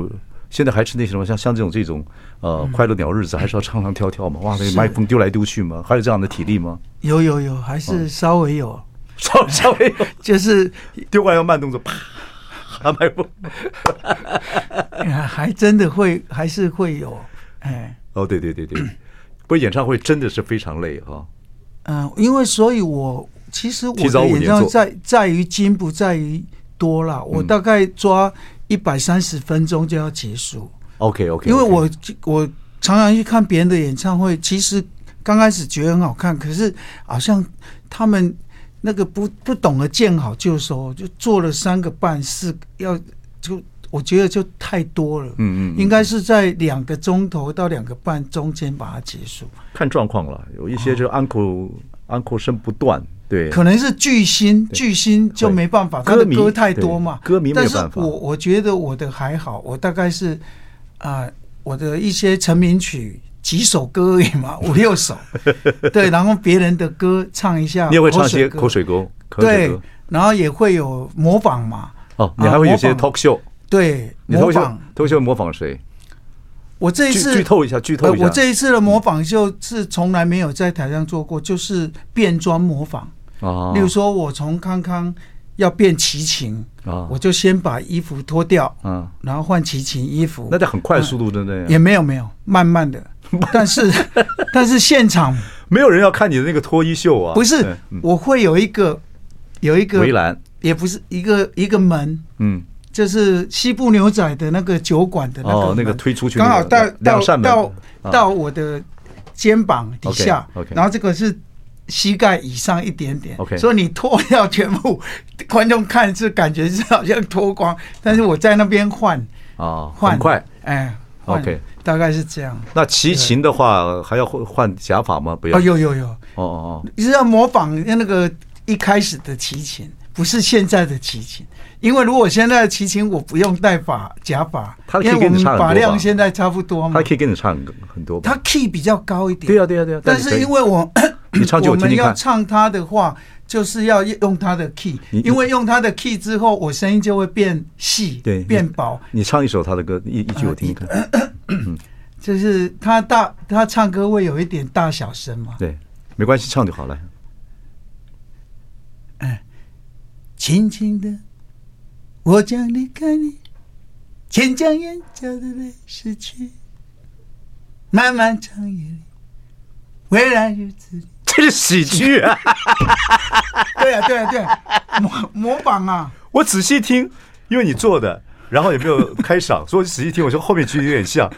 S1: 现在还是那什么，像像这种这种呃快乐鸟日子，还是要唱唱跳跳嘛？哇，那个麦克风丢来丢去吗？还有这样的体力吗？
S2: 有有有，还是稍微有，
S1: 稍稍微
S2: 就是
S1: 丢过来要慢动作，啪，喊麦克风。
S2: 哎还真的会，还是会有。哎，
S1: 哦，对对对 对，不过演唱会真的是非常累哈、
S2: 嗯、因为所以我其实我
S1: 提早
S2: 的
S1: 五年
S2: 演唱
S1: 做嗯
S2: 在在于精，不在于多啦。我大概抓一百三十分钟就要结束。
S1: OK OK，
S2: 因为我我常常去看别人的演唱会，其实刚开始觉得很好看，可是好像他们那个不不懂得见好就收，就做了三个半四个要就我觉得就太多了，
S1: 嗯嗯嗯
S2: 应该是在两个钟头到两个半中间把它结束，
S1: 看状况了，有一些就 uncle、uncle 声不断，对，
S2: 哦可能是巨星巨星就没办法，他
S1: 歌
S2: 的
S1: 迷
S2: 歌太多嘛，
S1: 对歌迷没
S2: 但
S1: 有
S2: 是
S1: 办法
S2: 我我觉得我的还好，我大概是啊、我的一些成名曲几首歌而已 嘛，五六首，对，然后别人的歌唱一下，
S1: 你也会唱一些
S2: 歌
S1: 口水歌，口水
S2: 对
S1: 歌，
S2: 然后也会有模仿嘛，
S1: 哦，你还会有一些
S2: 啊模
S1: talk show，、
S2: 对，
S1: 你
S2: 模
S1: talk
S2: 仿
S1: show。talk show 模仿谁？
S2: 我这一
S1: 剧
S2: 次
S1: 剧透一下，剧透一下。
S2: 呃我这一次的模仿就是从来没有在台上做过，就是变装模仿。
S1: 啊，
S2: 例如说，我从康康要变齐秦，
S1: 啊
S2: 我就先把衣服脱掉，
S1: 啊，
S2: 然后换齐秦衣服。
S1: 那得很快速度，对不对？
S2: 嗯也没有没有，慢 慢的。但是但是现场
S1: 没有人要看你的那个脱衣秀啊！
S2: 不是
S1: 对，嗯
S2: 我会有一个有一个
S1: 围，栏，
S2: 也不是一个一个门，
S1: 嗯，
S2: 就是西部牛仔的那个酒馆的那个
S1: 哦
S2: 门，
S1: 那个推出去那
S2: 刚
S1: 个
S2: 好到
S1: 两
S2: 到
S1: 两扇门
S2: 到
S1: 啊
S2: 到我的肩膀底下
S1: OK，OK
S2: 然后这个是膝盖以上一点点
S1: OK
S2: 所以你脱掉全部， 观众看是感觉是好像脱光，但是我在那边换
S1: 啊，
S2: 换
S1: 很快。，
S2: 哎换
S1: OK
S2: 大概是这样。
S1: 那齐秦的话还要换换假发吗？不要。
S2: 哦，
S1: 哦
S2: 有有有，
S1: 哦哦，
S2: 是要模仿那个一开始的齐秦，不是现在的齐秦。因为如果现在的齐秦，我不用戴发假发
S1: 他，可以
S2: 因为我
S1: 跟
S2: 们
S1: 你差很多吧
S2: 发量现在差不多嘛
S1: 他。可以跟你唱很多吧
S2: 他？key 比较高一点，
S1: 对呀对呀对呀。
S2: 但
S1: 你可
S2: 是
S1: 以
S2: 因为我
S1: 你唱给
S2: 我
S1: 我听
S2: 们
S1: 听
S2: 要
S1: 看，
S2: 唱他的话，就是要用他的 key，
S1: 你
S2: 因为用他的 key 之后，我声音就会变细，
S1: 对，
S2: 变薄。
S1: 你。你唱一首他的歌，一一句我听听看。
S2: 就是他大他唱歌会有一点大小声嘛。
S1: 对，没关系，唱就好了。
S2: 轻轻的，我将离开你，请将眼角的泪拭去。漫漫长夜里，未来日子里。
S1: 这是喜剧啊！
S2: 对啊，对啊，对啊，模模仿啊，
S1: 我仔细听，因为你做的，然后也没有开嗓，所以我仔细听，我说后面句有点像，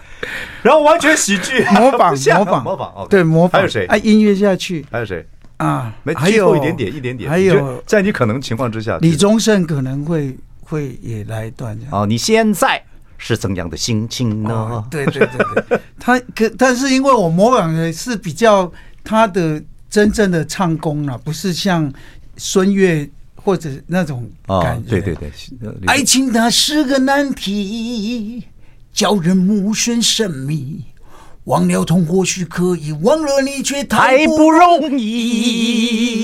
S1: 然后完全喜剧，
S2: 模仿
S1: 不，像
S2: 模仿，
S1: 模仿。OK
S2: 对，模仿。
S1: 还有谁
S2: 啊，？音乐下去
S1: 还有谁？
S2: 啊，
S1: 没
S2: 还
S1: 最
S2: 有
S1: 后一点点，一点点。
S2: 还
S1: 你觉得
S2: 有
S1: 在你可能情况之下，
S2: 李宗盛可能会会也来一段这样。
S1: 啊，你现在是怎样的心情
S2: 哦，对对对对，他可但是因为我模仿的是比较他的真正的唱功了、不是像孙悦或者那种
S1: 啊
S2: 感觉。，
S1: 对对对，呃
S2: 爱情它是个难题，叫人目眩神迷。忘了痛或许可以，忘了你却
S1: 太
S2: 太
S1: 不
S2: 不
S1: 容
S2: 易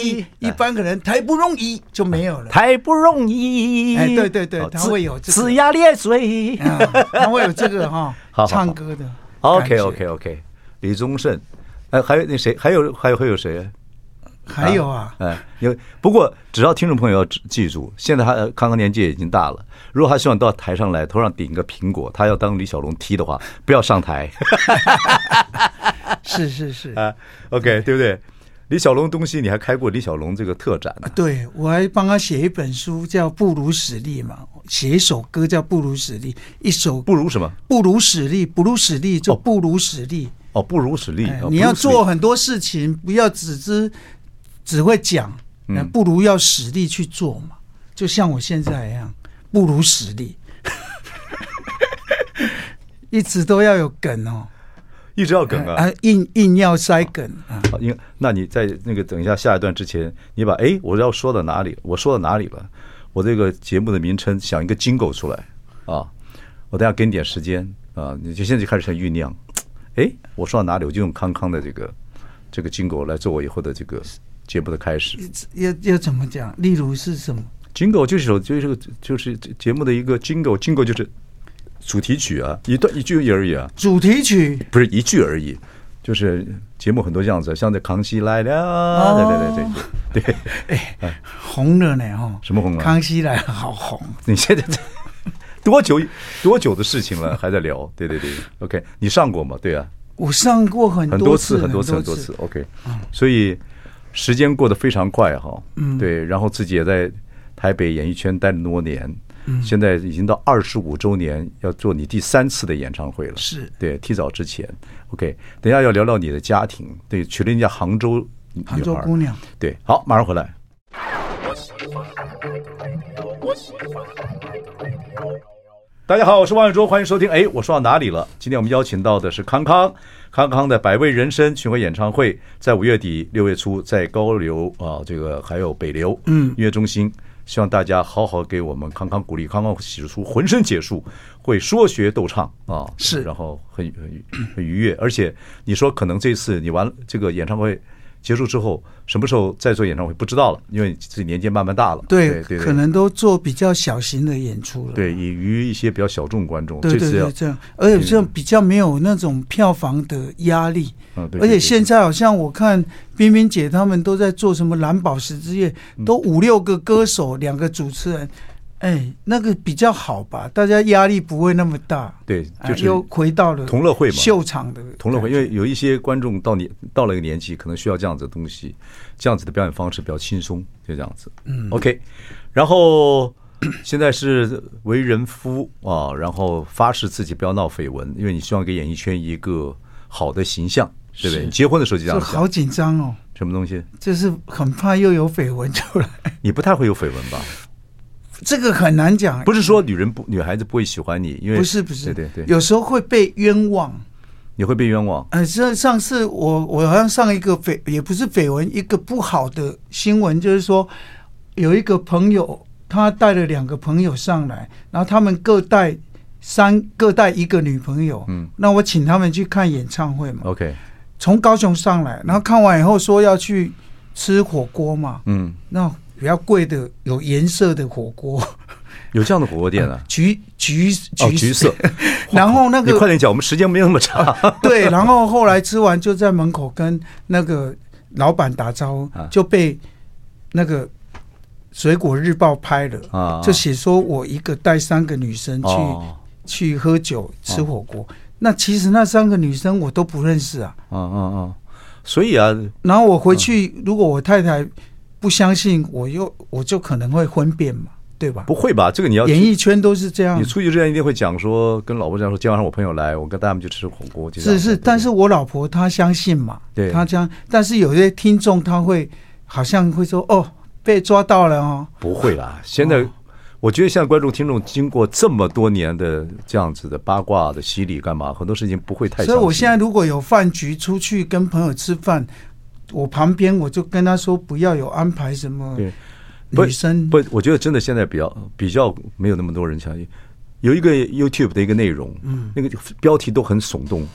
S1: 易。，
S2: 一般可能太不容易就没有了。
S1: 太不容易。
S2: 哎对对对
S1: 哦
S2: 他
S1: 龇
S2: 会有这个
S1: 龇牙咧嘴。
S2: 啊，然后我有这个哈
S1: 好好好，
S2: 唱歌的感
S1: OK
S2: 觉
S1: OK OK，李宗盛，哎，还有那谁，还有还有会有谁？
S2: 还有啊，
S1: 哎，有不过只要听众朋友要记住，现在他呃康康年纪也已经大了，如果他希望到台上来，头上顶个苹果，他要当李小龙踢的话，不要上台
S2: 是是是，
S1: 啊。OK，对不对？李小龙东西你还开过李小龙这个特展啊呢、
S2: 对我还帮他写一本书叫《不辱史力》嘛，写一首歌叫《不辱史力》，一首
S1: 不如什么？
S2: 不辱史力，不辱史力就
S1: 哦
S2: 不辱史力。
S1: 哦，不如实力。
S2: 哎
S1: 哦
S2: 你要做，
S1: 不如实力
S2: 很多事情，不要只知只会讲，
S1: 嗯
S2: 那不如要实力去做嘛。就像我现在一样，不如实力， 一直都要有梗哦，
S1: 一直要梗啊。
S2: 啊，硬硬要塞梗啊。
S1: 好，因为那你在那个等一下下一段之前，你把哎我要说到哪里了？我说到哪里了？我这个节目的名称想一个金狗出来啊！我等下给你点时间啊，你就现在就开始酝酿。哎，我说到哪里？我就用康康的这个这个金狗来做我以后的这个节目的开始。
S2: 要要怎么讲？例如是什么？
S1: 金狗就是首就是个就是节目的一个金狗，金狗就是主题曲啊，一段一句而已啊。
S2: 主题曲
S1: 不是一句而已，就是节目很多样子，像这《康熙来了》，对对对对对，
S2: 红了呢，哈，
S1: 什么红了啊
S2: 康熙来了，好红。
S1: 你现在多久多久的事情了，还在聊？对 对对，OK，你上过吗？对啊，
S2: 我上过很
S1: 很
S2: 多
S1: 次，很
S2: 多嗯
S1: 多很多次。，OK，所以时间过得非常快哈，嗯，对，然后自己也在台北演艺圈待了多年。
S2: 嗯
S1: 现在已经到二十五周年，要做你第三次的演唱会了。
S2: 是
S1: 对，提早之前。OK，等一下要聊聊你的家庭，对，娶了人家杭州女
S2: 杭州
S1: 孩儿
S2: 姑娘，
S1: 对，好，马上回来。大家好，我是王永忠，欢迎收听。哎，我说到哪里了？今天我们邀请到的是康康，康康的百味人生巡回演唱会，在五月底六月初在高流啊，这个还有北流嗯音乐中心，希望大家好好给我们康康鼓励。康康使出浑身解数，会说学逗唱啊，
S2: 是
S1: 然后很很很愉悦。而且你说可能这次你完了这个演唱会结束之后，什么时候再做演唱会不知道了，因为自己年纪慢慢大了，
S2: 对，
S1: 对
S2: 可能都做比较小型的演出了。
S1: 对，以于一些比较小众观众，
S2: 对
S1: 这
S2: 对
S1: 次要
S2: 对，这样，而且这样比较没有那种票房的压力。
S1: 嗯对对
S2: 而
S1: 对
S2: 且现在好像我看冰冰姐他们都在做什么蓝宝石之夜，
S1: 嗯
S2: 都五六个歌手，两个主持人，哎，那个比较好吧，大家压力不会那么大。
S1: 对
S2: 啊
S1: 就是
S2: 又回到了
S1: 同乐会嘛
S2: 秀场的
S1: 同乐会，因
S2: 感觉
S1: 为有一些观众到你到了一个年纪，可能需要这样子的东西，这样子的表演方式比较轻松，就这样子。嗯，OK。然后 现在是为人夫啊，然后发誓自己不要闹绯闻，因为你希望给演艺圈一个好的形象，对不对？你结婚的时候就这样
S2: 就好
S1: 想，
S2: 紧张哦，
S1: 什么东西？
S2: 就是很怕又有绯闻出来，
S1: 你不太会有绯闻吧？
S2: 这个很难讲。
S1: 不是说女人不女孩子不会喜欢你，因为
S2: 不是不是，
S1: 对对对，
S2: 有时候会被冤枉。
S1: 你会被冤枉。
S2: 呃，上上次我我好像上一个绯也不是绯闻，一个不好的新闻，就是说有一个朋友他带了两个朋友上来，然后他们各带三各带一个女朋友，
S1: 嗯，哦
S2: 那我请他们去看演唱会嘛，
S1: OK，
S2: 从高雄上来，然后看完以后说要去吃火锅嘛，
S1: 嗯，
S2: 那比较贵的有颜色的火锅，
S1: 有这样的火锅店啊。
S2: 橘橘
S1: 哦，橘色，
S2: 嗯然后那
S1: 你
S2: 个
S1: 快点讲，我们时间没有那么长。
S2: 对，然后后来吃完就在门口跟那个老板打招呼
S1: 啊，
S2: 就被那个《水果日报》拍了，
S1: 啊
S2: 就写说我一个带三个女生去、
S1: 哦
S2: 去喝酒吃火锅。那其实那三个女生我都不认识啊。
S1: 嗯嗯嗯，所以啊，
S2: 然后我回去，
S1: 嗯
S2: 如果我太太不相信，我又我就可能会婚变嘛，对吧
S1: 不？会吧？这个你要
S2: 演艺圈都是这样啊
S1: 你，出去之前一定会讲说，跟老婆讲说，今晚上我朋友来，我跟带他们去吃火锅。就这样
S2: 是是，
S1: 对
S2: 但是我老婆她相信嘛，
S1: 对
S2: 她将，但是有些听众他会好像会说哦，被抓到了哦，
S1: 不会啦。现在、
S2: 哦
S1: 我觉得现在观众听众经过这么多年的这样子的八卦的洗礼，干嘛很多事情不会太相信。
S2: 所以我现在如果有饭局出去跟朋友吃饭，我旁边我就跟他说不要有安排什么
S1: 对不
S2: 女生，
S1: 不，我觉得真的现在比较比较没有那么多人相信。有一个 YouTube 的一个内容，嗯，那个标题都很耸动，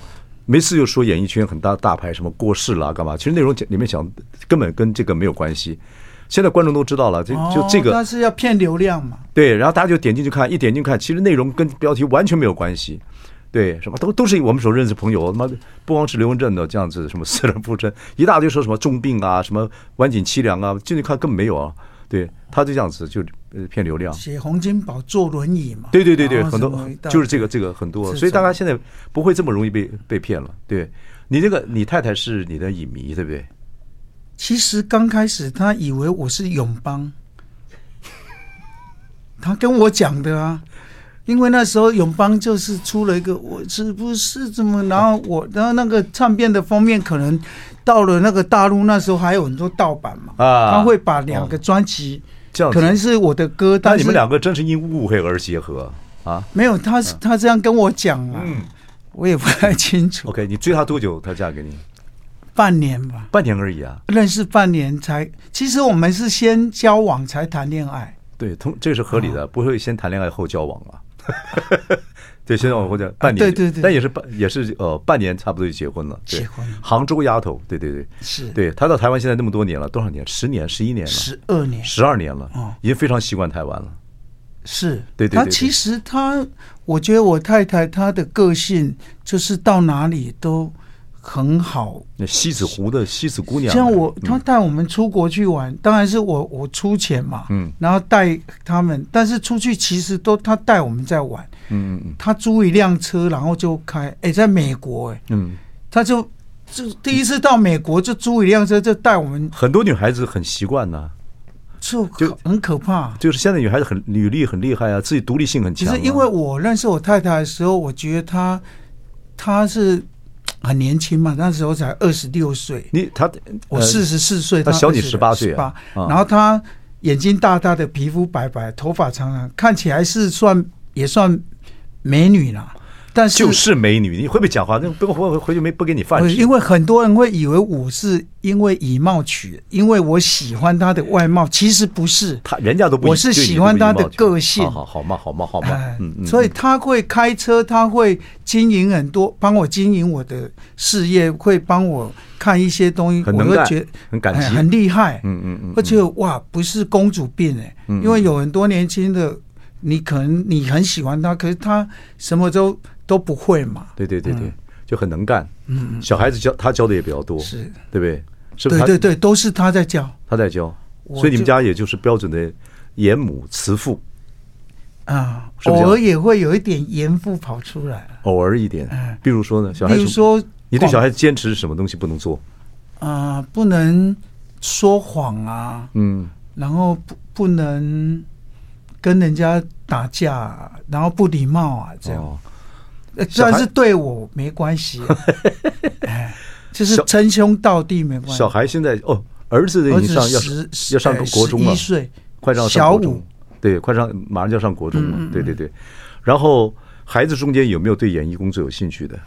S1: 没事就说演艺圈很大大牌什么过世啦，干嘛？其实内容讲里面讲根本跟这个没有关系。现在观众都知道了，就就这个、
S2: 但哦是要骗流量嘛，
S1: 对，然后大家就点进去看，一点进去看，其实内容跟标题完全没有关系。对，什么都都是我们所认识的朋友，他妈的不光是刘文正的这样子，什么死而复生，一大堆说什么重病啊，什么晚景凄凉啊，进去看根本没有啊。对，他就这样子就呃骗流量。
S2: 写洪金宝坐轮椅嘛，
S1: 对对对对，
S2: 然后
S1: 很
S2: 什么
S1: 多
S2: 一大
S1: 就是这个这个很多，
S2: 是
S1: 所以大
S2: 这
S1: 家
S2: 样
S1: 现在不会这么容易被被骗了。对你这个，你太太是你的影迷，对不对？
S2: 其实刚开始他以为我是永邦， 他跟我讲的啊，因为那时候永邦就是出了一个我是不是怎么，然后我然后那个唱片的封面可能到了那个大陆那时候还有很多盗版嘛，
S1: 啊
S2: 他会把两个专辑，
S1: 这样子
S2: 可能是我的歌，但
S1: 但
S2: 是
S1: 你们两个真是因误会而结合啊。嗯
S2: 没有，他是他这样跟我讲啊，我也不太 清楚，
S1: OK，你追她多久？她嫁给你
S2: 半年吧，
S1: 半年而已啊。
S2: 认识半年才，其实我们是先交往才谈恋爱。
S1: 对，通这是合理
S2: 啊
S1: 的，不会先谈恋爱后交往啊。 对，先往后讲半年，
S2: 啊对对对
S1: 但也是半也是呃半年差不多就结婚了。对
S2: 结婚了
S1: 杭州丫头，对对对，
S2: 是
S1: 对她到台湾现在那么多年了，多少年？十年、十一年了，
S2: 十二年
S1: 十二年了
S2: 哦，
S1: 已经非常习惯台湾了。
S2: 是，
S1: 对对对
S2: 他
S1: 对
S2: 其实他，我觉得我太太她的个性就是到哪里都很好。
S1: 那西子湖的西子姑娘，
S2: 像我，
S1: 嗯
S2: 她带我们出国去玩，当然是我我出钱嘛，
S1: 嗯
S2: 然后带他们，但是出去其实都她带我们在玩，
S1: 嗯嗯
S2: 她租一辆车，然后就开，哎、在美国、哎，
S1: 嗯，
S2: 她就就第一次到美国就租一辆车，就带我们，
S1: 很多女孩子很习惯呐、
S2: 就
S1: 就
S2: 很可怕。
S1: 就是现在女孩子很履历很厉害啊，自己独立性很
S2: 其
S1: 强、啊。
S2: 实因为我认识我太太的时候，我觉得她她是很年轻嘛，那时候才二十六岁，
S1: 你她
S2: 我
S1: 呃
S2: 四十四岁，
S1: 她小你18岁
S2: 八
S1: 啊，啊
S2: 然后她眼睛大大的，皮肤白白，头发长长，看起来是算也算美女啦。但是
S1: 就是美女，你会不会讲话？那不回回去没不给你饭
S2: 不
S1: 吃
S2: 是，因为很多人会以为我是因为以貌取人，因为我喜欢她的外貌，其实不是。
S1: 他人家都不一，
S2: 我是
S1: 对你
S2: 喜
S1: 都
S2: 欢
S1: 不一
S2: 他的
S1: 貌取
S2: 个性
S1: 好好好嘛，好嘛，好嘛
S2: 哎，
S1: 嗯，嗯
S2: 所以
S1: 嗯
S2: 他会开车，他会经营很多，帮我经营我的事业，会帮我看一些东西，
S1: 很
S2: 我
S1: 能
S2: 会
S1: 干
S2: 觉得
S1: 很感激
S2: 哎很厉害，
S1: 嗯嗯嗯
S2: 而且哇，不是公主病哎、
S1: 嗯嗯
S2: 因为有很多年轻的，你可能你很喜欢他，可是他什么都都不会嘛，
S1: 对对对
S2: 嗯
S1: 对，就很能干，嗯，小孩子教他教的也比较多，
S2: 是
S1: 对不对？是不
S2: 对
S1: 是？
S2: 对，对，都是他在教，
S1: 他在教，
S2: 我
S1: 所以你们
S2: 就
S1: 家也就是标准的严母慈父，
S2: 啊，
S1: 是不是
S2: 偶尔也会有一点严父跑出来，
S1: 偶尔一点
S2: 哎。
S1: 比如说呢，小孩
S2: 例如
S1: 子，
S2: 说，
S1: 你对小孩子坚持什么东西不能做？
S2: 啊、不能说谎啊，
S1: 嗯，
S2: 然后不不能跟人家打架啊、然后不礼貌啊，这样。
S1: 哦，
S2: 呃
S1: 小
S2: 虽
S1: 孩
S2: 然是对我没关系、 啊，哎，就是
S1: 小
S2: 称兄道弟没关系
S1: 小。孩现在哦，儿子已
S2: 儿
S1: 经
S2: 子
S1: 上要
S2: 十哎
S1: 要上国中啊了
S2: 一，岁，
S1: 快上上
S2: 小
S1: 国中
S2: 五，嗯
S1: 对，快上马上就要上国中了，对对对。然后孩子中间有没有对演艺工作有兴趣的？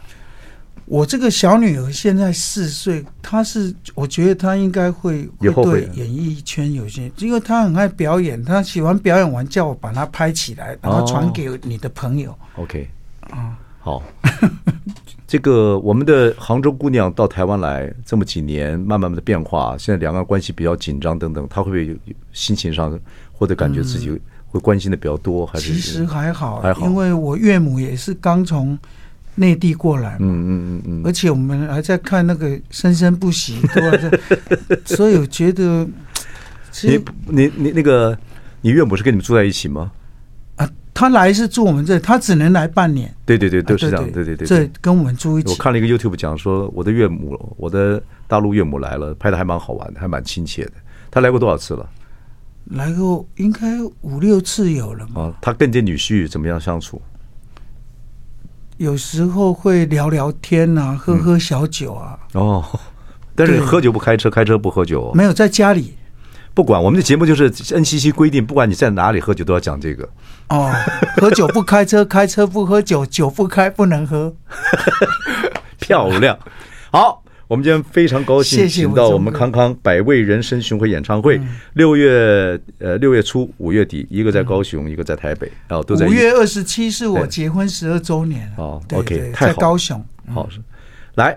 S2: 我这个小女儿现在四岁，她是我觉得她应该会
S1: 以后会
S2: 对演艺圈有些，因为她很爱表演，她喜欢表演完叫我把它拍起来，然后
S1: 哦
S2: 传给你的朋友。
S1: OK，好， 这个我们的杭州姑娘到台湾来这么几年，慢慢的变化，现在两岸关系比较紧张等等，她会不会有有心情上或者感觉自己会关心的比较多，还是嗯
S2: 其实还好，
S1: 还好
S2: 因为我岳母也是刚从内地过来嘛，
S1: 嗯嗯嗯
S2: 而
S1: 嗯，
S2: 且我们还在看那个《生生 不息》，对吧？这所以我觉得，其实
S1: 你你你那个你岳母是跟你们住在一起吗？
S2: 啊，他来是住我们这，他只能来半年，
S1: 对对对，都是
S2: 啊
S1: 这样，对对对。
S2: 这跟我们住一
S1: 我
S2: 起。
S1: 看了一个 YouTube 讲说，我的岳母，我的大陆岳母来了，拍的还蛮好玩的，还蛮亲切的。她来过多少次了？
S2: 来过应该五六次有了嘛，
S1: 啊，她跟这女婿怎么样相处？
S2: 有时候会聊聊天
S1: 嗯
S2: 啊，喝喝小酒啊，
S1: 哦，但是
S2: 对
S1: 喝酒不开车，开车不喝酒哦。
S2: 没有在家里
S1: 不管我们的节目就是 NCC 规定，不管你在哪里喝酒都要讲这 个。
S2: 哦，喝酒不开车，开车不喝酒，酒不开不能喝。
S1: 漂亮，好，我们今天非常高兴，
S2: 谢谢
S1: 请
S2: 伟
S1: 到
S2: 忠
S1: 我们
S2: 哥
S1: 康康百味人生巡回演唱会，
S2: 嗯
S1: 六月呃六月初五月底，一个在高雄，一个在台北，啊，都在
S2: 嗯五
S1: 一
S2: 月二十七是我
S1: 对
S2: 结婚十二周年了。
S1: 哦
S2: 对
S1: OK，
S2: 对
S1: 太
S2: 在
S1: 好
S2: 高
S1: 了
S2: 雄。嗯
S1: 好，来，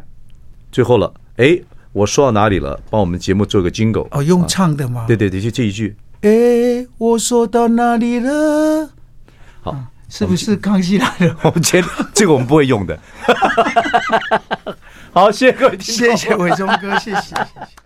S1: 最后了，哎，我说到哪里了？帮我们节目做个 jingle
S2: 哦，用
S1: 啊
S2: 唱的吗？
S1: 对对对，就这一句，
S2: 哎，我说到哪里了？
S1: 好，
S2: 是不是康熙来了？
S4: 我们今天这个我们不会用的。
S1: 好，谢谢各位听众。
S2: 谢谢伟忠哥，谢谢。谢谢